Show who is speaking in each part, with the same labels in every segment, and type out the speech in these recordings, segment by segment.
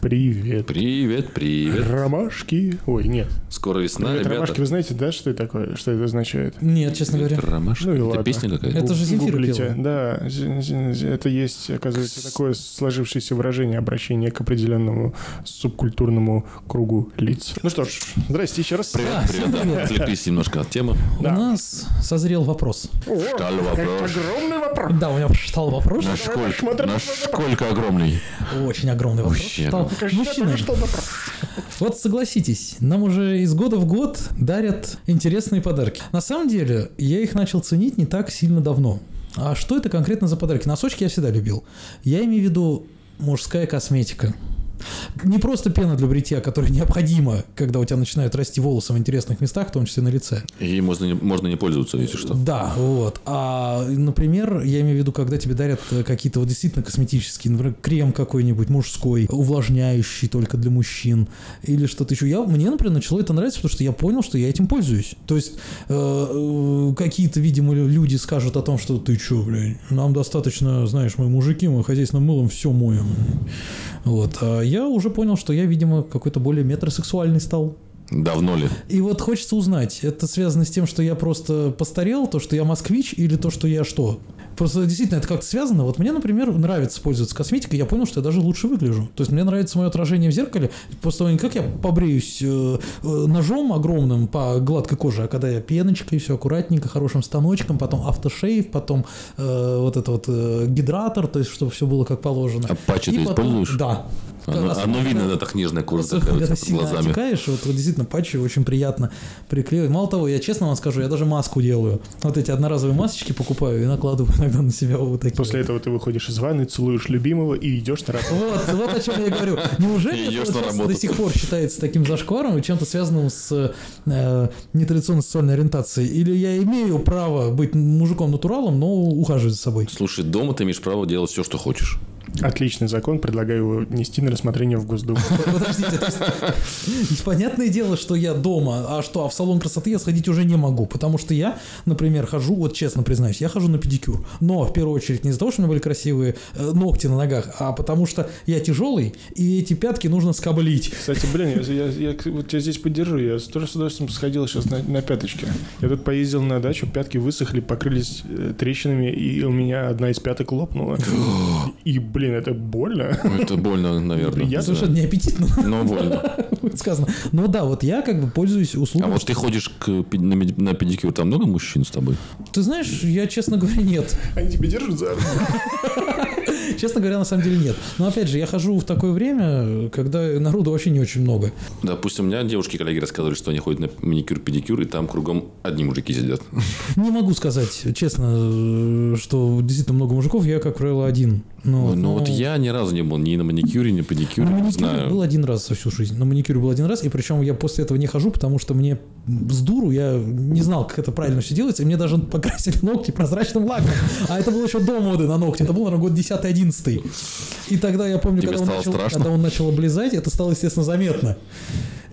Speaker 1: Привет.
Speaker 2: Привет, привет.
Speaker 1: Ромашки. Ой, нет.
Speaker 2: Скоро весна,
Speaker 1: Привет,
Speaker 2: ребята.
Speaker 1: ромашки. Вы знаете, да, что это такое? Что это означает?
Speaker 3: Нет, честно говоря.
Speaker 2: Ромашки.
Speaker 1: Ну и
Speaker 2: это
Speaker 1: ладно.
Speaker 2: песня какая-то?
Speaker 3: Это
Speaker 1: Гу-
Speaker 3: же Земфира
Speaker 1: гуглите.
Speaker 3: пела.
Speaker 1: Да, з- з- з- это есть, оказывается, такое сложившееся выражение обращения к определенному субкультурному кругу лиц. Ну что ж, здрасте еще раз.
Speaker 2: Привет, привет, да. Отвлеклись немножко от темы.
Speaker 1: Да.
Speaker 3: А, У нас созрел вопрос.
Speaker 1: О,
Speaker 2: Стал вопрос.
Speaker 1: огромный вопрос.
Speaker 3: Да, у меня встал вопрос.
Speaker 2: Насколько,
Speaker 1: посмотрим,
Speaker 2: насколько огромный.
Speaker 3: Очень огромный вопрос.
Speaker 2: Вообще
Speaker 3: встал. Мужчина, вот согласитесь, нам уже из года в год дарят интересные подарки. На самом деле, я их начал ценить не так сильно давно. А что это конкретно за подарки? Носочки я всегда любил. Я имею в виду мужская косметика. Не просто пена для бритья, которая необходима, когда у тебя начинают расти волосы в интересных местах, в том числе на лице.
Speaker 2: Ей можно, не- можно не пользоваться, если что.
Speaker 3: Да, вот. А, например, я имею в виду, когда тебе дарят э, какие-то вот действительно косметические, например, крем какой-нибудь мужской, увлажняющий только для мужчин, или что-то еще. Я, мне, например, начало это нравиться, потому что я понял, что я этим пользуюсь. То есть э, э, какие-то, видимо, лю- люди скажут о том, что ты чё, блядь, нам достаточно, знаешь, мы мужики, мы хозяйственным мылом все моем. Вот. А я уже понял, что я, видимо, какой-то более метросексуальный стал.
Speaker 2: Давно ли?
Speaker 3: И вот хочется узнать, это связано с тем, что я просто постарел, то, что я москвич, или то, что я что? Просто действительно это как-то связано. Вот мне, например, нравится пользоваться косметикой, я понял, что я даже лучше выгляжу. То есть мне нравится мое отражение в зеркале. После того, как я побреюсь э, э, ножом огромным по гладкой коже, а когда я пеночкой, все аккуратненько, хорошим станочком, потом автошейв, потом э, вот этот вот э, гидратор, то есть чтобы все было как положено.
Speaker 2: А патчи
Speaker 3: И
Speaker 2: ты
Speaker 3: потом-
Speaker 2: используешь?
Speaker 3: Да.
Speaker 2: Оно, оно видно, да, так нежная кожа
Speaker 3: Особенно,
Speaker 2: такая у
Speaker 3: когда
Speaker 2: тебя под
Speaker 3: сильно
Speaker 2: глазами.
Speaker 3: отекаешь, вот, вот действительно патчи очень приятно приклеивать. Мало того, я честно вам скажу, я даже маску делаю. Вот эти одноразовые масочки покупаю и накладываю иногда на себя вот такие.
Speaker 1: После этого ты выходишь из ванны, целуешь любимого и идешь на работу.
Speaker 3: Вот, вот о чем я говорю.
Speaker 2: И
Speaker 3: Неужели это
Speaker 2: идёшь
Speaker 3: вот
Speaker 2: на
Speaker 3: сейчас
Speaker 2: работу.
Speaker 3: до сих пор считается таким зашкваром и чем-то связанным с э, нетрадиционной сексуальной ориентацией? Или я имею право быть мужиком-натуралом, но ухаживать за собой?
Speaker 2: Слушай, дома ты имеешь право делать все, что хочешь.
Speaker 1: Отличный закон, предлагаю его нести на рассмотрение в Госдуму.
Speaker 3: Подождите, то есть, понятное дело, что я дома, а что, а в салон красоты я сходить уже не могу, потому что я, например, хожу, вот честно признаюсь, я хожу на педикюр, но в первую очередь не из-за того, что у меня были красивые э, ногти на ногах, а потому что я тяжелый, и эти пятки нужно скоблить.
Speaker 1: Кстати, блин, я, я- я вот тебя здесь поддержу. Я тоже с удовольствием сходил сейчас на, на пяточки. Я тут поездил на дачу, пятки высохли, покрылись э, трещинами, и у меня одна из пяток лопнула. И, блин, это больно.
Speaker 2: Ну, Это больно, наверное.
Speaker 1: Неприятно.
Speaker 2: не знаю.
Speaker 3: Совершенно неаппетитно
Speaker 2: Но больно.
Speaker 3: будет сказано. Ну да, вот я как бы пользуюсь
Speaker 2: А
Speaker 3: услугой.
Speaker 2: вот ты ходишь к пе- на меди- на педикюр, там много мужчин с тобой?
Speaker 3: Ты знаешь, я, честно говоря, нет.
Speaker 1: Они тебя держат за руку.
Speaker 3: Честно говоря, на самом деле нет. Но опять же, я хожу в такое время, когда народу вообще не очень много.
Speaker 2: Допустим, у меня девушки-коллеги рассказывали, что они ходят на маникюр-педикюр, и там кругом одни мужики сидят.
Speaker 3: Не могу сказать, честно, э, что действительно много мужиков, я, как правило, один. Но,
Speaker 2: Ой, Ну вот
Speaker 3: но-
Speaker 2: я ни разу не был ни на маникюре, ни педикюре,
Speaker 3: На
Speaker 2: не
Speaker 3: маникюре был
Speaker 2: знаю.
Speaker 3: один раз за всю жизнь. На маникюре был один раз, и причем я после этого не хожу, потому что мне с дуру я не знал, как это правильно все делается, и мне даже покрасили ногти прозрачным лаком. А это было еще до моды на ногти, это был, наверное, год 10-11. И тогда я помню,
Speaker 2: Тебе
Speaker 3: когда он,
Speaker 2: стало
Speaker 3: начал,
Speaker 2: страшно?
Speaker 3: когда он начал облизать, это стало, естественно, заметно.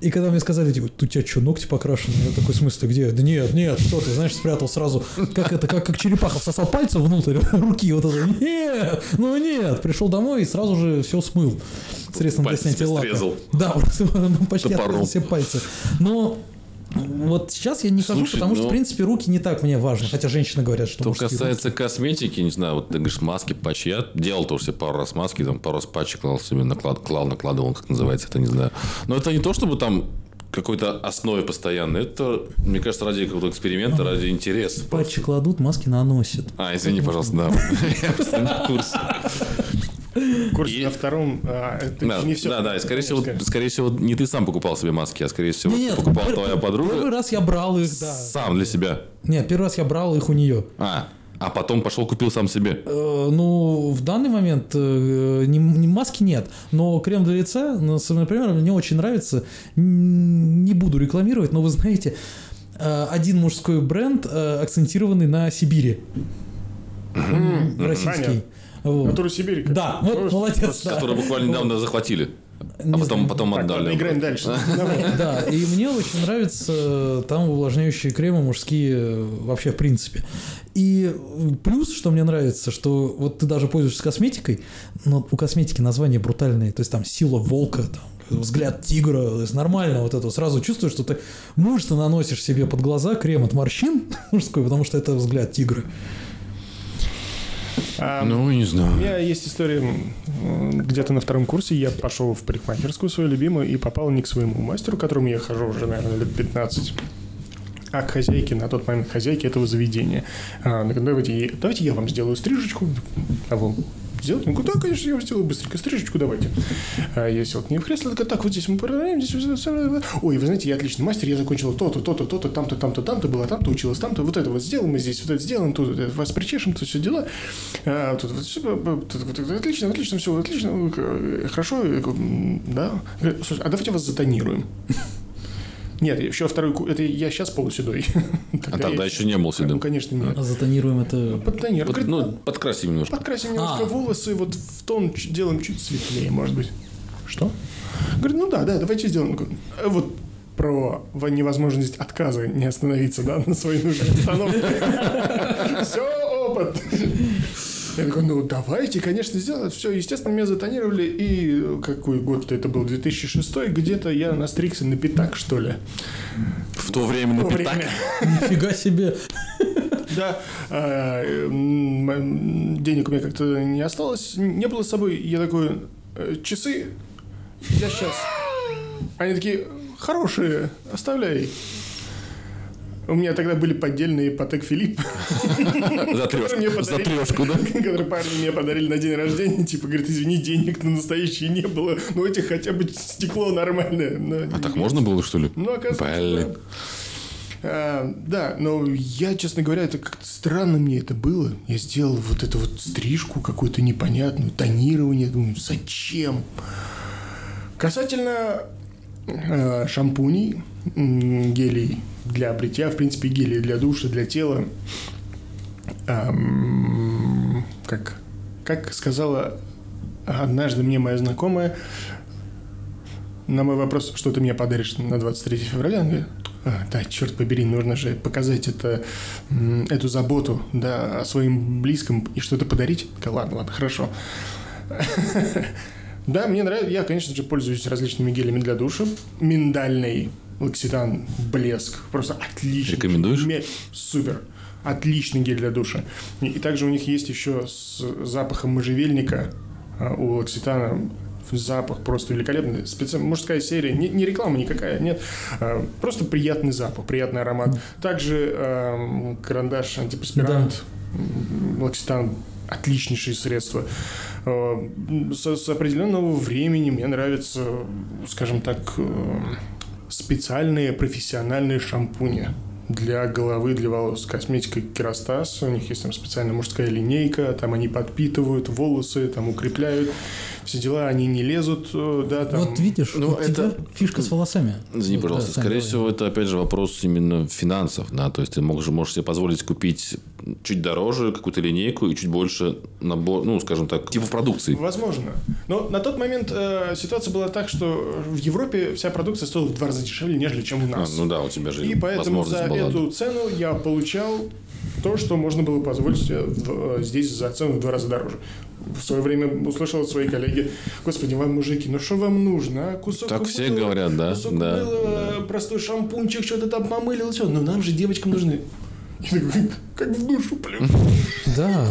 Speaker 3: И когда мне сказали, типа, у тебя что, ногти покрашены? Я такой, в смысле, где? Да нет, нет, что ты, знаешь, спрятал сразу, как это, как, как черепаха всосал пальцем внутрь руки, вот это, нет, ну нет. Пришел домой и сразу же все смыл средством для
Speaker 2: Пальцы
Speaker 3: снятия
Speaker 2: себе
Speaker 3: лака.
Speaker 2: срезал.
Speaker 3: Да, просто ну, почти
Speaker 2: Топором.
Speaker 3: отрезал все пальцы. Но вот сейчас я не хожу,
Speaker 2: Слушай,
Speaker 3: потому что,
Speaker 2: ну-
Speaker 3: в принципе, руки не так мне важны, хотя женщины говорят, что
Speaker 2: Что
Speaker 3: мужские руки.
Speaker 2: касается косметики, не знаю, вот ты говоришь маски, патчи. Я делал тоже себе пару раз маски, там пару раз патчи клал себе, наклад, клал, накладывал, как называется, это не знаю. Но это не то, чтобы там какой-то основе постоянно. Это, мне кажется, ради какого-то эксперимента, ради интереса.
Speaker 3: Патчи кладут, маски наносят.
Speaker 2: А, извини, пожалуйста, да. Я просто не в курсе.
Speaker 1: Курс
Speaker 2: И-
Speaker 1: на втором. а, это
Speaker 2: Да,
Speaker 1: не все.
Speaker 2: да, да, и скорее всего, скорее всего, не ты сам покупал себе маски, а скорее всего,
Speaker 3: Не-не,
Speaker 2: покупала
Speaker 3: пер-
Speaker 2: твоя
Speaker 3: Первый
Speaker 2: подруга
Speaker 3: раз я брал их, да.
Speaker 2: сам для себя.
Speaker 3: Нет, первый раз я брал их у нее.
Speaker 2: А, а потом пошел купил сам себе.
Speaker 3: Э, Ну, в данный момент э, не- не- маски нет, но крем для лица, ну, с- например, мне очень нравится, М, не буду рекламировать, но вы знаете, э, один мужской бренд, э, акцентированный на Сибири, российский. Вот.
Speaker 1: Который Сибирь. Ну,
Speaker 3: Да, вот молодец. да.
Speaker 2: Который буквально недавно захватили. А
Speaker 3: Не
Speaker 2: потом,
Speaker 3: знаю.
Speaker 2: потом
Speaker 1: Так, ладно,
Speaker 2: отдали.
Speaker 1: играем дальше.
Speaker 3: Да, и мне очень нравятся там увлажняющие кремы мужские э, вообще в принципе. И плюс, что мне нравится, что вот ты даже пользуешься косметикой, но у косметики названия брутальные, то есть там сила волка, там, взгляд тигра, то есть нормально вот это. Сразу чувствуешь, что ты мужественно наносишь себе под глаза крем от морщин мужской, потому что это взгляд тигра.
Speaker 1: А,
Speaker 2: Ну, не
Speaker 1: У
Speaker 2: знаю.
Speaker 1: меня есть история, м, где-то на втором курсе я пошел в парикмахерскую свою любимую и попал не к своему мастеру, к которому я хожу уже, наверное, лет 15, а к хозяйке, на тот момент хозяйке этого заведения. А, она говорит, давайте, я- давайте я вам сделаю стрижечку, а вам сделать? Я говорю, да, конечно, я вам сделаю быстренько стрижечку, давайте. А я сел к ней в кресло, такая, так, вот здесь мы проверяем, здесь... вот это, Ой, вы знаете, я отличный мастер, я закончила то-то, то-то, то-то, там-то, там-то, там-то, была там-то, училась там-то, вот это вот сделаем, мы здесь вот это сделаем, тут вот это вас причешем, тут все дела. А, тут вот всё, тут вот это отлично, отлично, все отлично, э, хорошо, э, м, да. Говорит, Слушай, а давайте вас затонируем. Нет, еще второй... ку- Это я сейчас полуседой.
Speaker 2: А тогда
Speaker 1: я-
Speaker 2: еще не был
Speaker 1: Ну,
Speaker 2: седым.
Speaker 1: конечно, нет.
Speaker 3: А затонируем это...
Speaker 1: Подтонир.
Speaker 2: Под-
Speaker 1: Говорит,
Speaker 2: Ну, подкрасим немножко.
Speaker 1: Подкрасим немножко
Speaker 3: А.
Speaker 1: волосы, вот в тон ч- делаем чуть светлее, может быть. Что? Говорит, ну да, да, давайте сделаем. Говорю, «Э, Вот про во- невозможность отказа не остановиться, да, на своей нужной остановке. Все, опыт. Я такой, ну давайте, конечно, сделаем. Все, естественно, меня затонировали. И э, какой год-то это был, 2006 где-то я настригся на пятак, что ли.
Speaker 2: В то время на
Speaker 1: То
Speaker 2: пятак.
Speaker 1: время.
Speaker 3: Нифига себе!
Speaker 1: Да, а, э, м, м, денег у меня как-то не осталось, не было с собой. Я такой, «Э, часы, я сейчас. Они такие, хорошие, оставляй. У меня тогда были поддельные Патек Филипп,
Speaker 2: За
Speaker 1: мне
Speaker 2: трешку. За
Speaker 1: подарили.
Speaker 2: трешку, да?
Speaker 1: которые парни мне подарили на день рождения. Типа, говорит, извини, денег на настоящие не было, но этих хотя бы стекло нормальное. Но-
Speaker 2: А так можно было, что ли?
Speaker 1: ну, оказывается,
Speaker 2: Блин.
Speaker 1: да. А, да, но я, честно говоря, это как-то странно мне это было. Я сделал вот эту вот стрижку какую-то непонятную, тонирование. Думаю, зачем? Касательно э, шампуней, м, гелей для бритья, в принципе, гелей для душа, для тела. Ам, Эм, как, как сказала однажды мне моя знакомая, на мой вопрос, что ты мне подаришь на 23 февраля, она говорит, «А, да, черт побери, нужно же показать это, м, эту заботу да, о своим близком и что-то подарить. Я такая, ладно, ладно, хорошо. Да, мне нравится. Я, конечно же, пользуюсь различными гелями для душа. Миндальный лакситан, блеск. Просто отличный.
Speaker 2: Рекомендуешь?
Speaker 1: Ме- Супер. Отличный гель для душа. И, и также у них есть еще с запахом можжевельника а, у лакситана запах просто великолепный. Специ... Мужская серия. Не, не реклама никакая, нет. А, Просто приятный запах, приятный аромат. Также эм, карандаш антиперспирант. М, Лакситан отличнейшие средства. Э, С, с определенного времени мне нравятся, скажем так, э, специальные профессиональные шампуни для головы, для волос. Косметика Керастас, у них есть там специальная мужская линейка, там они подпитывают волосы, там укрепляют, все дела, они не лезут, э, да, там...
Speaker 3: Вот видишь,
Speaker 2: ну,
Speaker 3: у тебя
Speaker 2: это-
Speaker 3: фишка с волосами.
Speaker 2: Извини,
Speaker 3: Вот,
Speaker 2: пожалуйста.
Speaker 3: Ну, да, Сань,
Speaker 2: Скорее
Speaker 3: давай.
Speaker 2: всего, это, опять же, вопрос именно финансов. Да? То есть, ты можешь, можешь себе позволить купить чуть дороже какую-то линейку и чуть больше набор, ну, скажем так, типа продукции.
Speaker 1: Возможно. Но на тот момент э, ситуация была так, что в Европе вся продукция стоила в два раза дешевле, нежели чем у
Speaker 2: А,
Speaker 1: нас.
Speaker 2: ну да, у тебя же
Speaker 1: И поэтому за
Speaker 2: возможность была.
Speaker 1: эту цену я получал то, что можно было позволить себе в- э, здесь за цену в два раза дороже. В свое время услышал от своей коллеги, господи, вам, мужики, ну что вам нужно, а? Кусок
Speaker 2: Так все
Speaker 1: мыла,
Speaker 2: говорят, да,
Speaker 1: Кусок
Speaker 2: да,
Speaker 1: мыла, простой шампунчик, что-то там помылил, все. Но Ну, нам же девочкам нужны. Я такой, как в душу плюс.
Speaker 3: Да.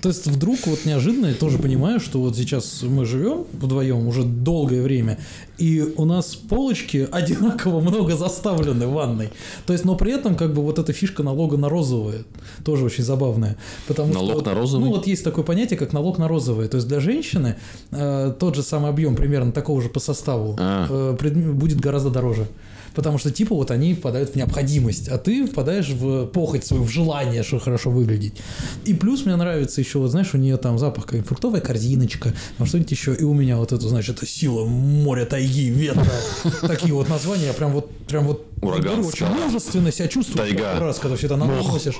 Speaker 3: То есть вдруг вот неожиданно я тоже понимаю, что вот сейчас мы живем вдвоем уже долгое время, и у нас полочки одинаково много заставлены в ванной. То есть, но при этом как бы вот эта фишка налога на розовое тоже очень забавная. Потому
Speaker 2: Налог
Speaker 3: что, вот-
Speaker 2: на розовый?
Speaker 3: Ну вот есть такое понятие, как налог на розовое. То есть для женщины э, тот же самый объем примерно такого же по составу
Speaker 2: А.
Speaker 3: э, предм- будет гораздо дороже. Потому что типа вот они впадают в необходимость, а ты впадаешь в похоть свою, в желание, что хорошо выглядеть. И плюс мне нравится еще, вот знаешь, у нее там запах, как фруктовая корзиночка, там что-нибудь еще. И у меня вот это, значит, сила моря, тайги, ветра. Такие вот названия, я прям вот, прям вот
Speaker 2: ураган.
Speaker 3: Беру очень
Speaker 2: скала.
Speaker 3: мужественно себя чувствую
Speaker 2: Тайга.
Speaker 3: каждый а раз, когда все это
Speaker 2: Мох.
Speaker 3: наносишь.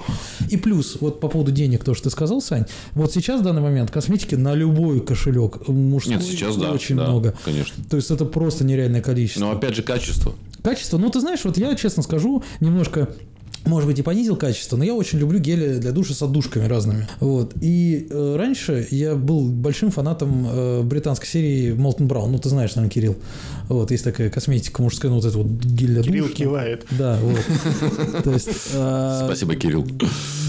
Speaker 3: И плюс, вот по поводу денег, то, что ты сказал, Сань, вот сейчас в данный момент косметики на любой кошелек мужской
Speaker 2: Нет, сейчас да.
Speaker 3: очень
Speaker 2: да,
Speaker 3: много. Ну,
Speaker 2: Конечно. Ну.
Speaker 3: То есть это просто нереальное количество.
Speaker 2: Но опять же, качество.
Speaker 3: Качество, ну ты знаешь, вот я честно скажу, немножко может быть, и понизил качество, но я очень люблю гели для душа с отдушками разными. Вот. И э, раньше я был большим фанатом э, британской серии Molten Brown. Ну, ты знаешь, наверное, Кирилл. Вот, есть такая косметика мужская, ну, вот это вот гель для
Speaker 1: Кирилл
Speaker 3: душа.
Speaker 1: кивает.
Speaker 3: Да, вот. То есть... э,
Speaker 2: Спасибо, Кирилл.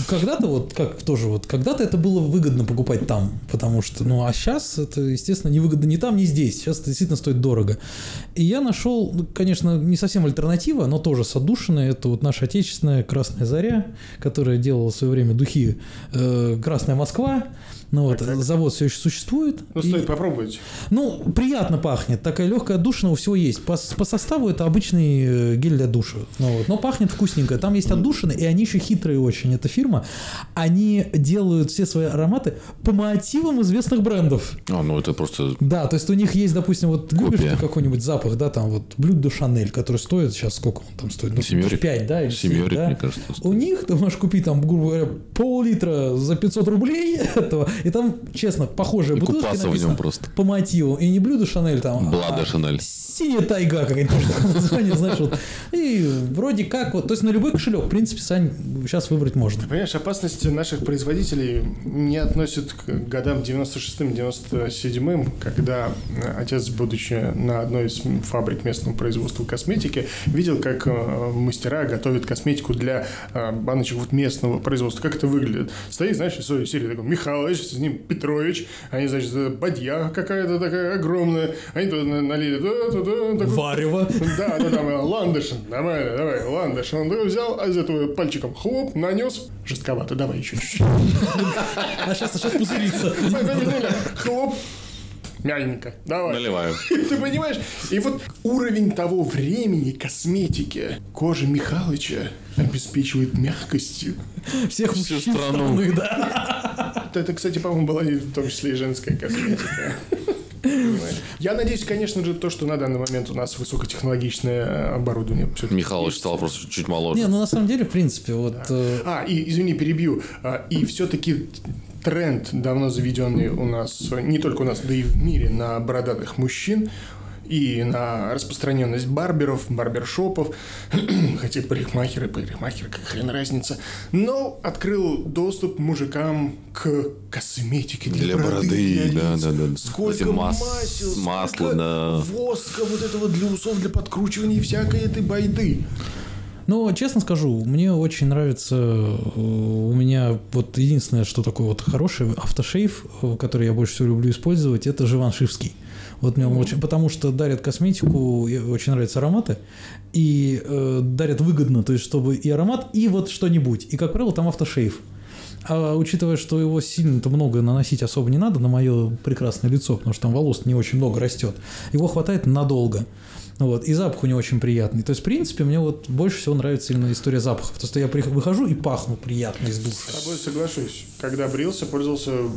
Speaker 3: когда-то вот как тоже вот когда-то это было выгодно покупать там, потому что ну а сейчас это естественно невыгодно ни там, ни здесь. Сейчас это действительно стоит дорого. И я нашел, ну, конечно, не совсем альтернатива, но тоже с отдушиной. Это вот наша отечественная Красная Заря, которая делала в свое время духи э, Красная Москва. Ну вот завод все еще существует.
Speaker 1: Ну,
Speaker 3: И-
Speaker 1: стоит попробовать.
Speaker 3: ну, приятно пахнет. Такая легкая отдушина у всего есть. По, с- по составу это обычный э, гель для душа. Ну вот. Но пахнет вкусненько. Там есть отдушины, и они еще хитрые очень. Эта фирма. Они делают все свои ароматы по мотивам известных брендов.
Speaker 2: А, ну это просто...
Speaker 3: Да, то есть у них есть, допустим, вот любишь
Speaker 2: Копия.
Speaker 3: ты какой-нибудь запах, да, там вот блюдо до Шанель, который стоит сейчас сколько он там стоит? Ну,
Speaker 2: Семерик.
Speaker 3: 5, да? Или семь,
Speaker 2: Семерик,
Speaker 3: да?
Speaker 2: мне кажется, стоит.
Speaker 3: У них ты можешь купить там, грубо говоря, пол-литра за 500 рублей этого, и там, честно, похожие
Speaker 2: И
Speaker 3: бутылки
Speaker 2: купаться в
Speaker 3: написано
Speaker 2: нем просто.
Speaker 3: по мотиву. И не блюдо Шанель там,
Speaker 2: Блада
Speaker 3: а
Speaker 2: Шанель.
Speaker 3: Синяя тайга какая-нибудь, может, такое название, знаешь, вот. И вроде как вот, то есть на любой кошелек, в принципе, Сань, сейчас выбрать можно.
Speaker 1: Понимаешь, опасности наших производителей не относят к годам 96-97, когда отец, будучи на одной из фабрик местного производства косметики, видел, как э, мастера готовят косметику для э, баночек вот местного производства. Как это выглядит? Стоит, знаешь, из своей серии такой Михалыч, с ним Петрович, они, значит, э, бадья какая-то такая огромная, они туда на- налили туда-туда, такой
Speaker 3: Варево.
Speaker 1: да, да, да, мы- ландыш, нормально, давай, ландыш. Он такой взял, а из этого пальчиком хлоп, нанес. Жестковато, давай еще чуть-чуть.
Speaker 3: А сейчас, сейчас пузырится.
Speaker 1: Хлоп, мягенько, давай.
Speaker 2: Наливаю.
Speaker 1: Ты понимаешь? И вот уровень того времени косметики кожи Михалыча обеспечивает мягкостью.
Speaker 3: Всех
Speaker 2: Всю
Speaker 3: мужчин
Speaker 2: страну.
Speaker 3: страны, да.
Speaker 1: Вот Это, кстати, по-моему, была и в том числе и женская косметика. Я надеюсь, конечно же, то, что на данный момент у нас высокотехнологичное оборудование. всё-таки
Speaker 2: Михалыч
Speaker 1: есть.
Speaker 2: стал просто чуть
Speaker 3: Не,
Speaker 2: моложе.
Speaker 3: ну на самом деле, в принципе, вот... э,
Speaker 1: А, и извини, перебью. А, И все-таки тренд, давно заведенный у нас, не только у нас, да и в мире, на бородатых мужчин и на распространенность барберов, барбершопов, хотя парикмахеры, парикмахеры, как хрен разница, но открыл доступ мужикам к косметике для,
Speaker 2: Для бороды, да,
Speaker 1: лиц.
Speaker 2: да, да.
Speaker 1: Сколько
Speaker 2: Эти мас-
Speaker 1: масел,
Speaker 2: масла,
Speaker 1: сколько
Speaker 2: да.
Speaker 1: воска вот этого для усов, для подкручивания и всякой этой байды.
Speaker 3: Ну, честно скажу, мне очень нравится, э, у меня вот единственное, что такое вот хороший автошейф, э, который я больше всего люблю использовать, это Живаншивский. Вот мне он очень, потому что дарят косметику, и очень нравятся ароматы, и э, дарят выгодно, то есть чтобы и аромат, и вот что-нибудь. И, как правило, там автошейф. А учитывая, что его сильно-то много наносить особо не надо на мое прекрасное лицо, потому что там волос не очень много растет, его хватает надолго. Вот, и запах у него очень приятный. То есть, в принципе, мне вот больше всего нравится именно история запахов. То, что я прих- выхожу и пахну приятно из душа.
Speaker 1: С тобой соглашусь. Когда брился, пользовался м,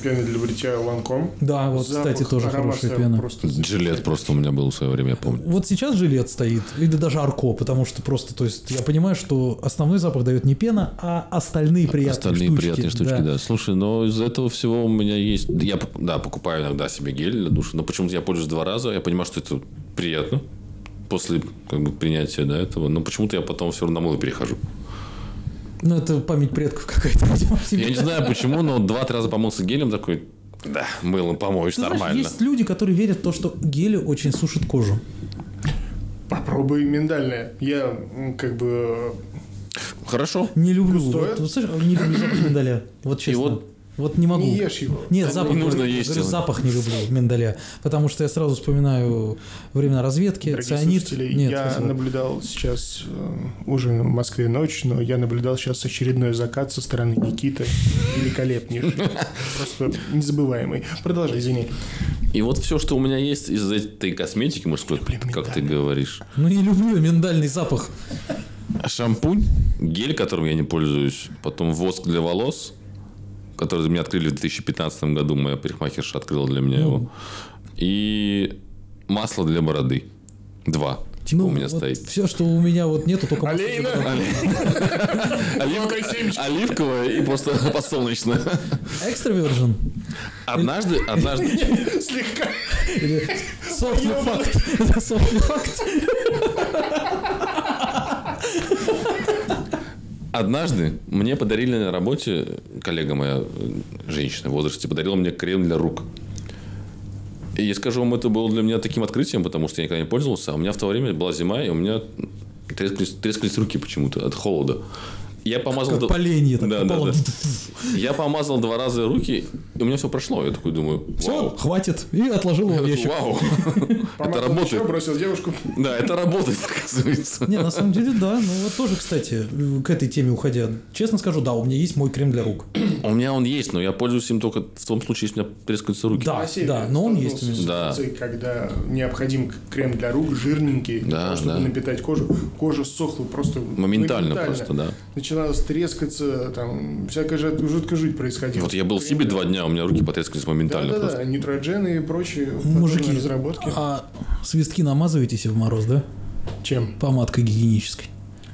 Speaker 1: пеной для бритья Ланком.
Speaker 3: Да, вот,
Speaker 1: Запах,
Speaker 3: кстати, тоже
Speaker 1: аромат
Speaker 3: хорошая
Speaker 1: стоял
Speaker 3: пена.
Speaker 1: Просто...
Speaker 2: Джилет просто у меня был в свое время, я помню.
Speaker 3: Вот сейчас жилет стоит, или даже арко, потому что просто, то есть, я понимаю, что основной запах дает не пена, а остальные приятные
Speaker 2: Остальные
Speaker 3: штучки.
Speaker 2: приятные штучки, да. Слушай, но из этого всего у меня есть... Я, п- да, покупаю иногда себе гель для душа, но почему-то я пользуюсь два раза. Я понимаю, что это приятно после как бы, принятия до этого, но почему-то я потом все равно на мыло перехожу.
Speaker 3: Ну, это память предков какая-то. видимо, тебе.
Speaker 2: Я не знаю почему, но два-три раза помылся гелем такой, да, мылом помоешь,
Speaker 3: Ты Ну, знаешь,
Speaker 2: нормально.
Speaker 3: есть люди, которые верят в то, что гели очень сушат кожу.
Speaker 1: Попробуй миндальное. Я м, как бы...
Speaker 2: Хорошо.
Speaker 3: Не люблю.
Speaker 1: Густое?
Speaker 3: Вот, вот слышишь, не люблю запах миндаля. Вот честно.
Speaker 2: вот-
Speaker 3: Вот не могу.
Speaker 1: Не ешь его.
Speaker 3: Нет,
Speaker 2: Да,
Speaker 3: запах.
Speaker 2: не нужно
Speaker 3: говорю,
Speaker 2: есть
Speaker 3: говорю,
Speaker 2: его.
Speaker 3: запах не люблю миндаля. Потому что я сразу вспоминаю времена разведки,
Speaker 1: Дорогие
Speaker 3: цианид.
Speaker 1: слушатели,
Speaker 3: Нет,
Speaker 1: я
Speaker 3: спасибо.
Speaker 1: наблюдал сейчас э, ужин в Москве ночь, но я наблюдал сейчас очередной закат со стороны Никиты. Великолепнейший. Просто незабываемый. Продолжай, извини.
Speaker 2: И вот все, что у меня есть из этой косметики мужской, как ты говоришь.
Speaker 3: Ну не люблю я миндальный запах.
Speaker 2: А Шампунь, гель, которым я не пользуюсь, потом воск для волос, который мне открыли в 2015 году, моя парикмахерша открыла для меня его, и масло для бороды. Два. оливчика Типа у меня стоит.
Speaker 3: Все, Ну, что у меня вот нету, только масло.
Speaker 1: Олейна? Маленькая семечка.
Speaker 2: Оливковая и просто подсолнечная.
Speaker 3: Экстра virgin?
Speaker 2: Однажды, однажды...
Speaker 1: Слегка.
Speaker 3: Или softly fact? Это softly fact?
Speaker 2: Однажды мне подарили на работе, коллега моя, э, женщина в возрасте, подарила мне крем для рук. И я скажу вам, это было для меня таким открытием, потому что я никогда не пользовался. А у меня в то время была зима, и у меня трескались, трескались руки почему-то от холода. Я помазал...
Speaker 3: Как
Speaker 2: дв-
Speaker 3: поленье так
Speaker 2: да, да,
Speaker 3: попало.
Speaker 2: да. Я помазал два раза руки, и у меня все прошло. Я такой думаю,
Speaker 3: Все,
Speaker 2: вау.
Speaker 3: хватит. И отложил его в ящик.
Speaker 2: Вау. Это
Speaker 1: Помазал
Speaker 2: работает.
Speaker 1: ещё, бросил девушку.
Speaker 2: Да, это работает, оказывается.
Speaker 3: Не, на самом деле, да. Ну вот тоже, кстати, к этой теме уходя. Честно скажу, да, у меня есть мой крем для рук.
Speaker 2: У меня он есть, но я пользуюсь им только в том случае, если у меня трескаются руки.
Speaker 3: Да,
Speaker 1: На севере
Speaker 3: А, да, но он есть у меня.
Speaker 1: столкнулся
Speaker 2: Да.
Speaker 1: с ситуацией, Когда необходим крем для рук, жирненький, для
Speaker 2: Да,
Speaker 1: того, чтобы
Speaker 2: да.
Speaker 1: напитать кожу. Кожа сохла просто
Speaker 2: Моментально просто, да.
Speaker 1: Начинала трескаться, там всякая жат- жуткая жуть происходила.
Speaker 2: Вот я был в
Speaker 1: Крем
Speaker 2: Сибе
Speaker 1: для-
Speaker 2: два дня, у меня руки потрескались
Speaker 1: Да,
Speaker 2: моментально
Speaker 1: да,
Speaker 2: просто.
Speaker 1: да, нитроджены и прочие
Speaker 3: Мужики.
Speaker 1: подобные разработки.
Speaker 3: А свистки намазываетесь в мороз, да? А
Speaker 1: Чем?
Speaker 3: Помадкой гигиенической.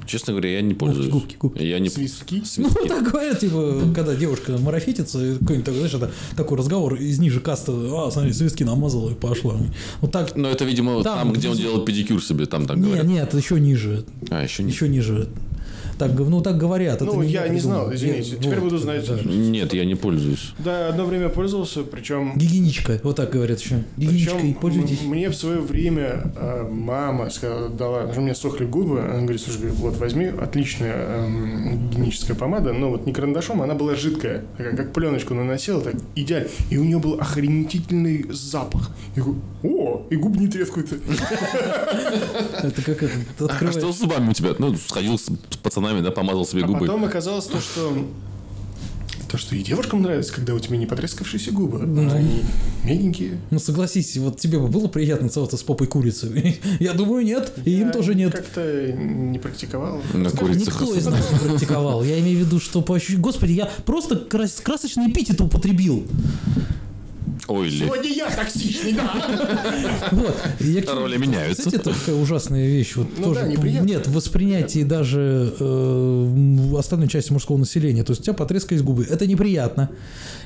Speaker 2: Честно говоря, я не пользуюсь.
Speaker 3: губки, губки.
Speaker 2: Я не
Speaker 1: Свистки?
Speaker 3: Ну,
Speaker 2: свистки.
Speaker 3: такое, типа, когда девушка марафетится, и какой-нибудь такой, знаешь, это такой разговор из ниже каста, а, смотри, свистки намазала и пошла. Вот так.
Speaker 2: Но это, видимо,
Speaker 3: Там,
Speaker 2: там, где он
Speaker 3: где-
Speaker 2: делал педикюр себе, там так
Speaker 3: Нет,
Speaker 2: говорят.
Speaker 3: нет, еще ниже.
Speaker 2: А, еще не.
Speaker 3: Еще ниже. Так, г- ну так говорят. это
Speaker 1: Ну, я не
Speaker 3: придумал.
Speaker 1: знал, извините.
Speaker 3: Я-
Speaker 1: Теперь
Speaker 3: вот,
Speaker 1: буду
Speaker 3: да,
Speaker 1: знать.
Speaker 3: да.
Speaker 2: Нет, я не пользуюсь.
Speaker 1: Да, одно время пользовался, причем...
Speaker 3: Гигиеничка, вот так говорят еще. Гигиеничкой
Speaker 1: Причем
Speaker 3: пользуйтесь.
Speaker 1: м- мне в свое время э, мама сказала, дала, у меня сохли губы, она говорит, слушай, говорит, вот возьми, отличная эм, гигиеническая помада, но вот не карандашом, а она была жидкая, такая, как пленочку наносила, так идеально, и у нее был охренительный запах. Я говорю, о, и губ не трескают.
Speaker 3: Это как это,
Speaker 2: А что
Speaker 3: открываешь.
Speaker 2: с зубами у тебя? Ну, сходил с с пацанами, да, помазал себе
Speaker 1: А
Speaker 2: губы.
Speaker 1: потом оказалось то, что то, что и девушкам нравится, когда у тебя не потрескавшиеся губы, а они мягенькие.
Speaker 3: Ну согласись, вот тебе бы было приятно целоваться с попой курицы? Я думаю, нет, и им
Speaker 1: Я
Speaker 3: тоже нет.
Speaker 1: Как-то не практиковал.
Speaker 2: На курицах.
Speaker 3: Никто из нас не практиковал. Я имею в виду, что по ощущ- Господи, я просто крас- красочный эпитет употребил.
Speaker 2: Ой, ли.
Speaker 1: Сегодня я токсичный, да.
Speaker 3: Вот. И я к чему-
Speaker 2: Роли меняются.
Speaker 3: Кстати, это такая ужасная вещь. Вот
Speaker 1: Ну
Speaker 3: тоже
Speaker 1: да, неприятно.
Speaker 3: Нет, восприятие даже э, м, остальной части мужского населения. То есть у тебя потрескались губы. Это неприятно.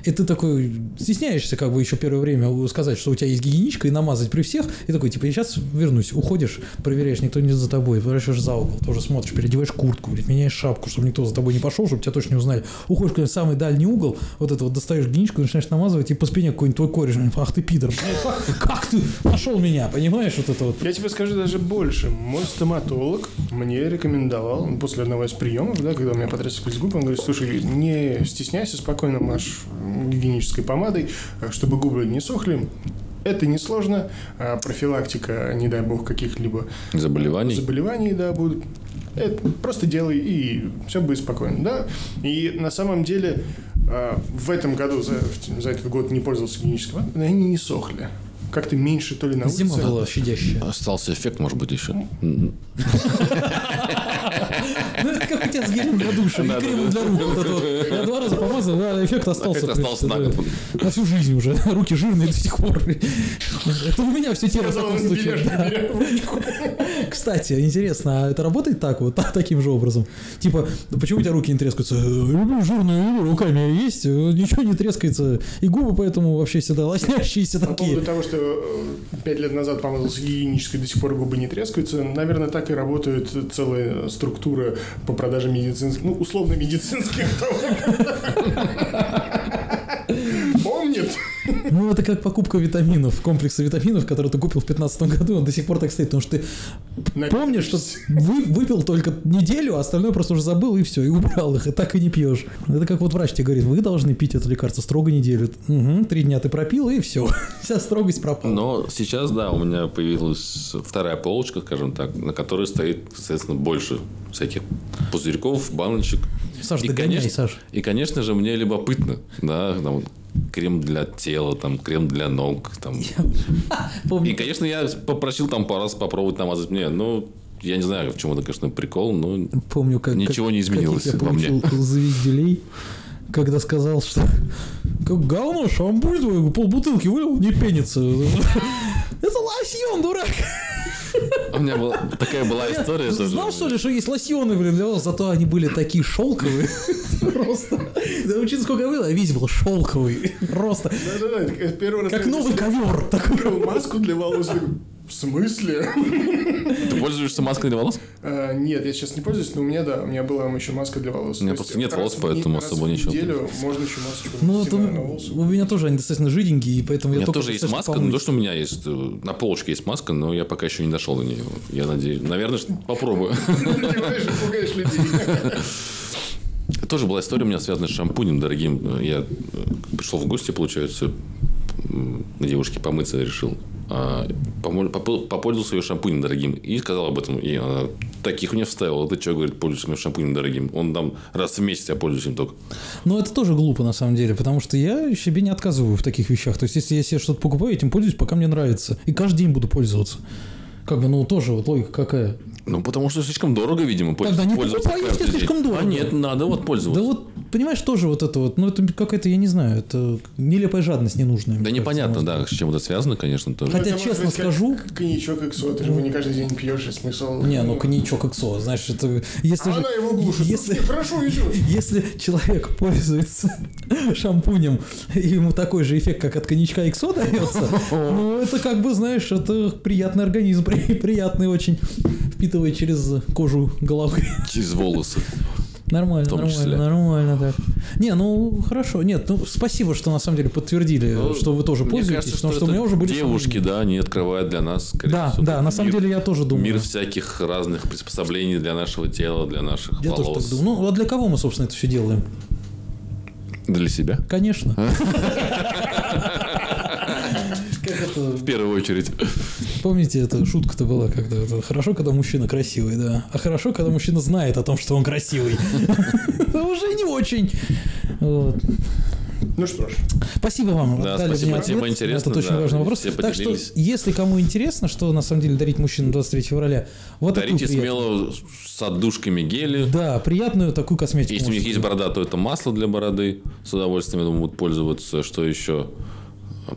Speaker 3: И ты такой стесняешься как бы еще первое время сказать, что у тебя есть гигиеничка и намазать при всех. И такой, типа, я сейчас вернусь. Уходишь, проверяешь, никто не за тобой. Поворачиваешь за угол, тоже смотришь, переодеваешь куртку, блядь, меняешь шапку, чтобы никто за тобой не пошел, чтобы тебя точно не узнали. Уходишь куда-нибудь в самый дальний угол, вот это вот достаешь гигиеничку, начинаешь намазывать, и по спине какой-нибудь твой кореш, говорит, ах ты пидор, блядь, как, как ты нашел меня, понимаешь, вот это вот.
Speaker 1: Я тебе скажу даже больше. Мой стоматолог мне рекомендовал ну, после одного из приемов, да, когда у меня потрясались губы, он говорит, слушай, не стесняйся, спокойно маш гигиенической помадой, э, чтобы губы не сохли. Это несложно. А Профилактика, не дай бог, каких-либо
Speaker 2: Заболеваний.
Speaker 1: заболеваний, да, будут. Это просто делай, и все будет спокойно, да. И на самом деле а, в этом году, за, в- за этот год не пользовался гигиенической помадой, но они не сохли. Как-то меньше то ли на улице.
Speaker 3: Зима была щадящая.
Speaker 2: Остался эффект, может быть, еще.
Speaker 3: Ну, это как у тебя с гелем для душа, и
Speaker 2: Да, да,
Speaker 3: кремом для рук. вот это вот. Я два раза помазал, да, эффект остался.
Speaker 2: Эффект остался
Speaker 3: То
Speaker 2: на
Speaker 3: есть,
Speaker 2: год.
Speaker 3: да, На всю жизнь уже. Руки жирные до сих пор. Это у меня все тело в
Speaker 1: Сказал,
Speaker 3: таком
Speaker 1: не
Speaker 3: случае.
Speaker 1: берешь, не
Speaker 3: да.
Speaker 1: берешь в ручку.
Speaker 3: Кстати, интересно, а это работает так вот, та- таким же образом? Типа, «Да почему у тебя руки не трескаются? «Э, Люблю жирные, руками есть, э, ничего не трескается. И губы поэтому вообще всегда лоснящиеся
Speaker 1: По поводу
Speaker 3: такие.
Speaker 1: того, что э, пять лет назад помазался гигиенической, до сих пор губы не трескаются, наверное, так и работает целая структура по продаже медицинских, ну, условно медицинских товаров. Помнит?
Speaker 3: Ну, это как покупка витаминов, комплекса витаминов, который ты купил в 2015 году, он до сих пор так стоит, потому что ты Помнишь, что вы, выпил только неделю, а остальное просто уже забыл и все, и убрал их, и так и не пьешь. Это как вот врач тебе говорит, вы должны пить это лекарство строго неделю. Угу, три дня ты пропил, и все. Вся строгость пропала.
Speaker 2: Но сейчас, да, у меня появилась вторая полочка, скажем так, на которой стоит, соответственно, больше всяких пузырьков, баночек.
Speaker 3: Саш,
Speaker 2: И,
Speaker 3: догоняй,
Speaker 2: конечно-
Speaker 3: Саш.
Speaker 2: И, конечно же, мне любопытно, да, там, крем для тела, там, крем для ног, там.
Speaker 3: Помню,
Speaker 2: И, конечно, я попросил там пару раз попробовать намазать мне, ну, я не знаю, в чем это, конечно, прикол, но...
Speaker 3: помню, как...
Speaker 2: Ничего
Speaker 3: как-
Speaker 2: не изменилось
Speaker 3: каких я
Speaker 2: во мне.
Speaker 3: получил звезделей, когда сказал, что... Как говно, шампунь твой, полбутылки вылил, не пенится. Это лосьон, дурак.
Speaker 2: У меня была такая была история. тоже.
Speaker 3: Знал, что ли, что есть лосьоны, блин, для волос, зато они были такие шелковые. Просто. Да учитывая, сколько я был, а весь был шелковый. Просто.
Speaker 1: Да-да-да, это первый раз
Speaker 3: Как
Speaker 1: я
Speaker 3: новый ковер. Такой.
Speaker 1: купил маску для волос. такой, В смысле?
Speaker 2: Ты пользуешься маской для волос?
Speaker 1: А, Нет, я сейчас не пользуюсь, но у меня, да, у меня была еще маска для волос.
Speaker 2: У меня
Speaker 1: То есть
Speaker 2: просто нет
Speaker 1: раз
Speaker 2: волос,
Speaker 1: в
Speaker 2: поэтому
Speaker 1: раз
Speaker 2: особо
Speaker 1: в
Speaker 2: ничего
Speaker 1: неделю можно еще масочку
Speaker 3: Ну,
Speaker 1: нанести
Speaker 3: вот у,
Speaker 1: на- на волосы.
Speaker 3: у меня тоже они достаточно жиденькие, и поэтому
Speaker 2: У
Speaker 3: я
Speaker 2: меня
Speaker 3: только
Speaker 2: тоже есть
Speaker 3: достаточно
Speaker 2: маска,
Speaker 3: помыть.
Speaker 2: но то, что у меня есть, э, на полочке есть маска, но я пока еще не дошел до нее. Я надеюсь, наверное, что попробую.
Speaker 1: Понимаешь, пугаешь людей.
Speaker 2: Тоже была история у меня связанная с шампунем дорогим. Я э, пришел в гости, получается, м, к девушке помыться решил. А, помоль- попо- попользовался ее шампунем дорогим и сказал об этом. И она таких мне вставила. Ты что, говорит, пользуешься моим шампунем дорогим? Он там раз в месяц я пользуюсь им только.
Speaker 3: Но это тоже глупо, на самом деле, потому что я себе не отказываю в таких вещах. То есть, если я себе что-то покупаю, я этим пользуюсь, пока мне нравится. И каждый день буду пользоваться. Как бы, ну, тоже вот логика какая.
Speaker 2: Ну, потому что слишком дорого, видимо, польз-
Speaker 3: Тогда не
Speaker 2: пользоваться.
Speaker 3: покупай, если
Speaker 2: каждый
Speaker 3: слишком
Speaker 2: день.
Speaker 3: дорого.
Speaker 2: А нет, надо вот пользоваться.
Speaker 3: Да вот, понимаешь, тоже вот это вот, ну, это какая-то, я не знаю, это нелепая жадность ненужная. мне
Speaker 2: Да
Speaker 3: кажется,
Speaker 2: непонятно,
Speaker 3: может.
Speaker 2: да, с чем это связано, конечно. то-
Speaker 3: Хотя,
Speaker 1: Это может
Speaker 3: честно
Speaker 1: быть, как
Speaker 3: скажу...
Speaker 1: Коньячок эксо, ты же его не каждый день пьешь, и смысл...
Speaker 3: Не, ну, коньячок иксо, знаешь, это... Если
Speaker 1: А
Speaker 3: же-
Speaker 1: она его глушит.
Speaker 3: Если,
Speaker 1: Хорошо идет.
Speaker 3: Если человек пользуется шампунем, и ему такой же эффект, как от коньячка иксо дается, ну, это как бы, знаешь, это приятный организм, при- приятный очень, впитывая через кожу головы.
Speaker 2: Через волосы.
Speaker 3: Э, Нормально,
Speaker 2: том
Speaker 3: нормально,
Speaker 2: числе.
Speaker 3: нормально так. Не, ну, хорошо, нет, ну, спасибо, что на самом деле подтвердили, что вы тоже
Speaker 2: Ну, Мне
Speaker 3: пользуетесь,
Speaker 2: кажется,
Speaker 3: потому что,
Speaker 2: это
Speaker 3: у меня уже были...
Speaker 2: Девушки,
Speaker 3: сомнения.
Speaker 2: да, они открывают для нас, скорее
Speaker 3: Да,
Speaker 2: всего,
Speaker 3: да, на самом
Speaker 2: мир.
Speaker 3: деле я тоже думаю.
Speaker 2: Мир всяких разных приспособлений для нашего тела, для наших
Speaker 3: я тоже
Speaker 2: волос.
Speaker 3: так думаю. Ну, а для кого мы, собственно, это все делаем?
Speaker 2: Для себя.
Speaker 3: Конечно.
Speaker 2: А?
Speaker 3: Как это
Speaker 2: В первую очередь.
Speaker 3: Помните, это шутка-то была, когда это хорошо, когда мужчина красивый, да. А хорошо, когда мужчина знает о том, что он красивый. Уже не очень. Вот.
Speaker 1: Ну что ж,
Speaker 3: Спасибо вам.
Speaker 2: Да,
Speaker 3: Дали
Speaker 2: спасибо, тема
Speaker 3: мне ответ на
Speaker 2: интересна,
Speaker 3: Этот очень
Speaker 2: да,
Speaker 3: важный вопрос.
Speaker 2: все
Speaker 3: Так что,
Speaker 2: поделились.
Speaker 3: если кому интересно, что на самом деле дарить мужчину 23 февраля, вот такую
Speaker 2: Дарите
Speaker 3: приятную-
Speaker 2: смело с отдушками гели.
Speaker 3: Да, приятную такую косметику.
Speaker 2: Если у них
Speaker 3: мужскую.
Speaker 2: есть борода, то это масло для бороды. С удовольствием, я думаю, будут пользоваться. Что еще?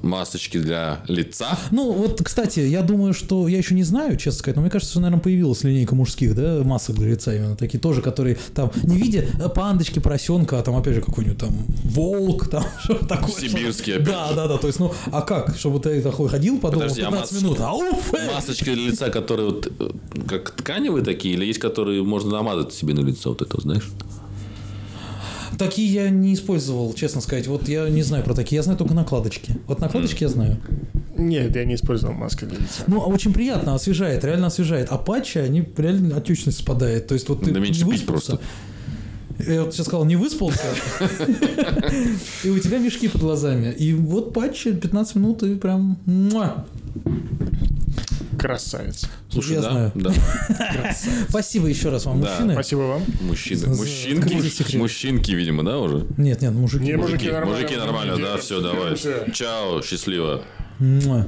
Speaker 2: Масочки для лица.
Speaker 3: Ну, вот, кстати, я думаю, что я еще не знаю, честно сказать, но мне кажется, что, наверное, появилась линейка мужских, да, масок для лица именно такие тоже, которые там не в виде э, пандочки, поросенка, а там опять же какой-нибудь там волк, там что такое.
Speaker 2: Сибирский,
Speaker 3: что-
Speaker 2: опять
Speaker 3: Да, да, да. То есть, ну, а как, чтобы ты такой ходил, подумал
Speaker 2: Подожди, а
Speaker 3: 15
Speaker 2: масочки-
Speaker 3: минут, а уф! э!
Speaker 2: Масочки для лица, которые вот, э, как тканевые такие, или есть, которые можно намазать себе на лицо, вот это, вот, знаешь?
Speaker 3: Такие я не использовал, честно сказать. Вот я не знаю про такие, я знаю только накладочки. Вот накладочки я знаю.
Speaker 1: нет, я не использовал маски для лица.
Speaker 3: Ну, а очень приятно, освежает, реально освежает. А патчи, они реально отечность спадает. То есть вот ты
Speaker 2: Да меньше
Speaker 3: не
Speaker 2: пить
Speaker 3: выспался. Я вот сейчас сказал, не выспался, и у тебя мешки под глазами. И вот патчи 15 минут, и прям... муа.
Speaker 1: Красавец.
Speaker 2: Слушай,
Speaker 3: Я
Speaker 2: да,
Speaker 3: знаю.
Speaker 2: да.
Speaker 3: Спасибо еще раз вам,
Speaker 2: Да,
Speaker 3: мужчины.
Speaker 1: Спасибо вам.
Speaker 2: Мужчины.
Speaker 3: За- открытый
Speaker 2: Мужчинки.
Speaker 3: секрет.
Speaker 2: Мужчинки, видимо, да, уже?
Speaker 3: Нет, нет, мужики.
Speaker 1: Не, мужики нормально.
Speaker 2: Мужики нормально, да, все, давай.
Speaker 1: Всё.
Speaker 2: Чао, счастливо.
Speaker 3: Муа.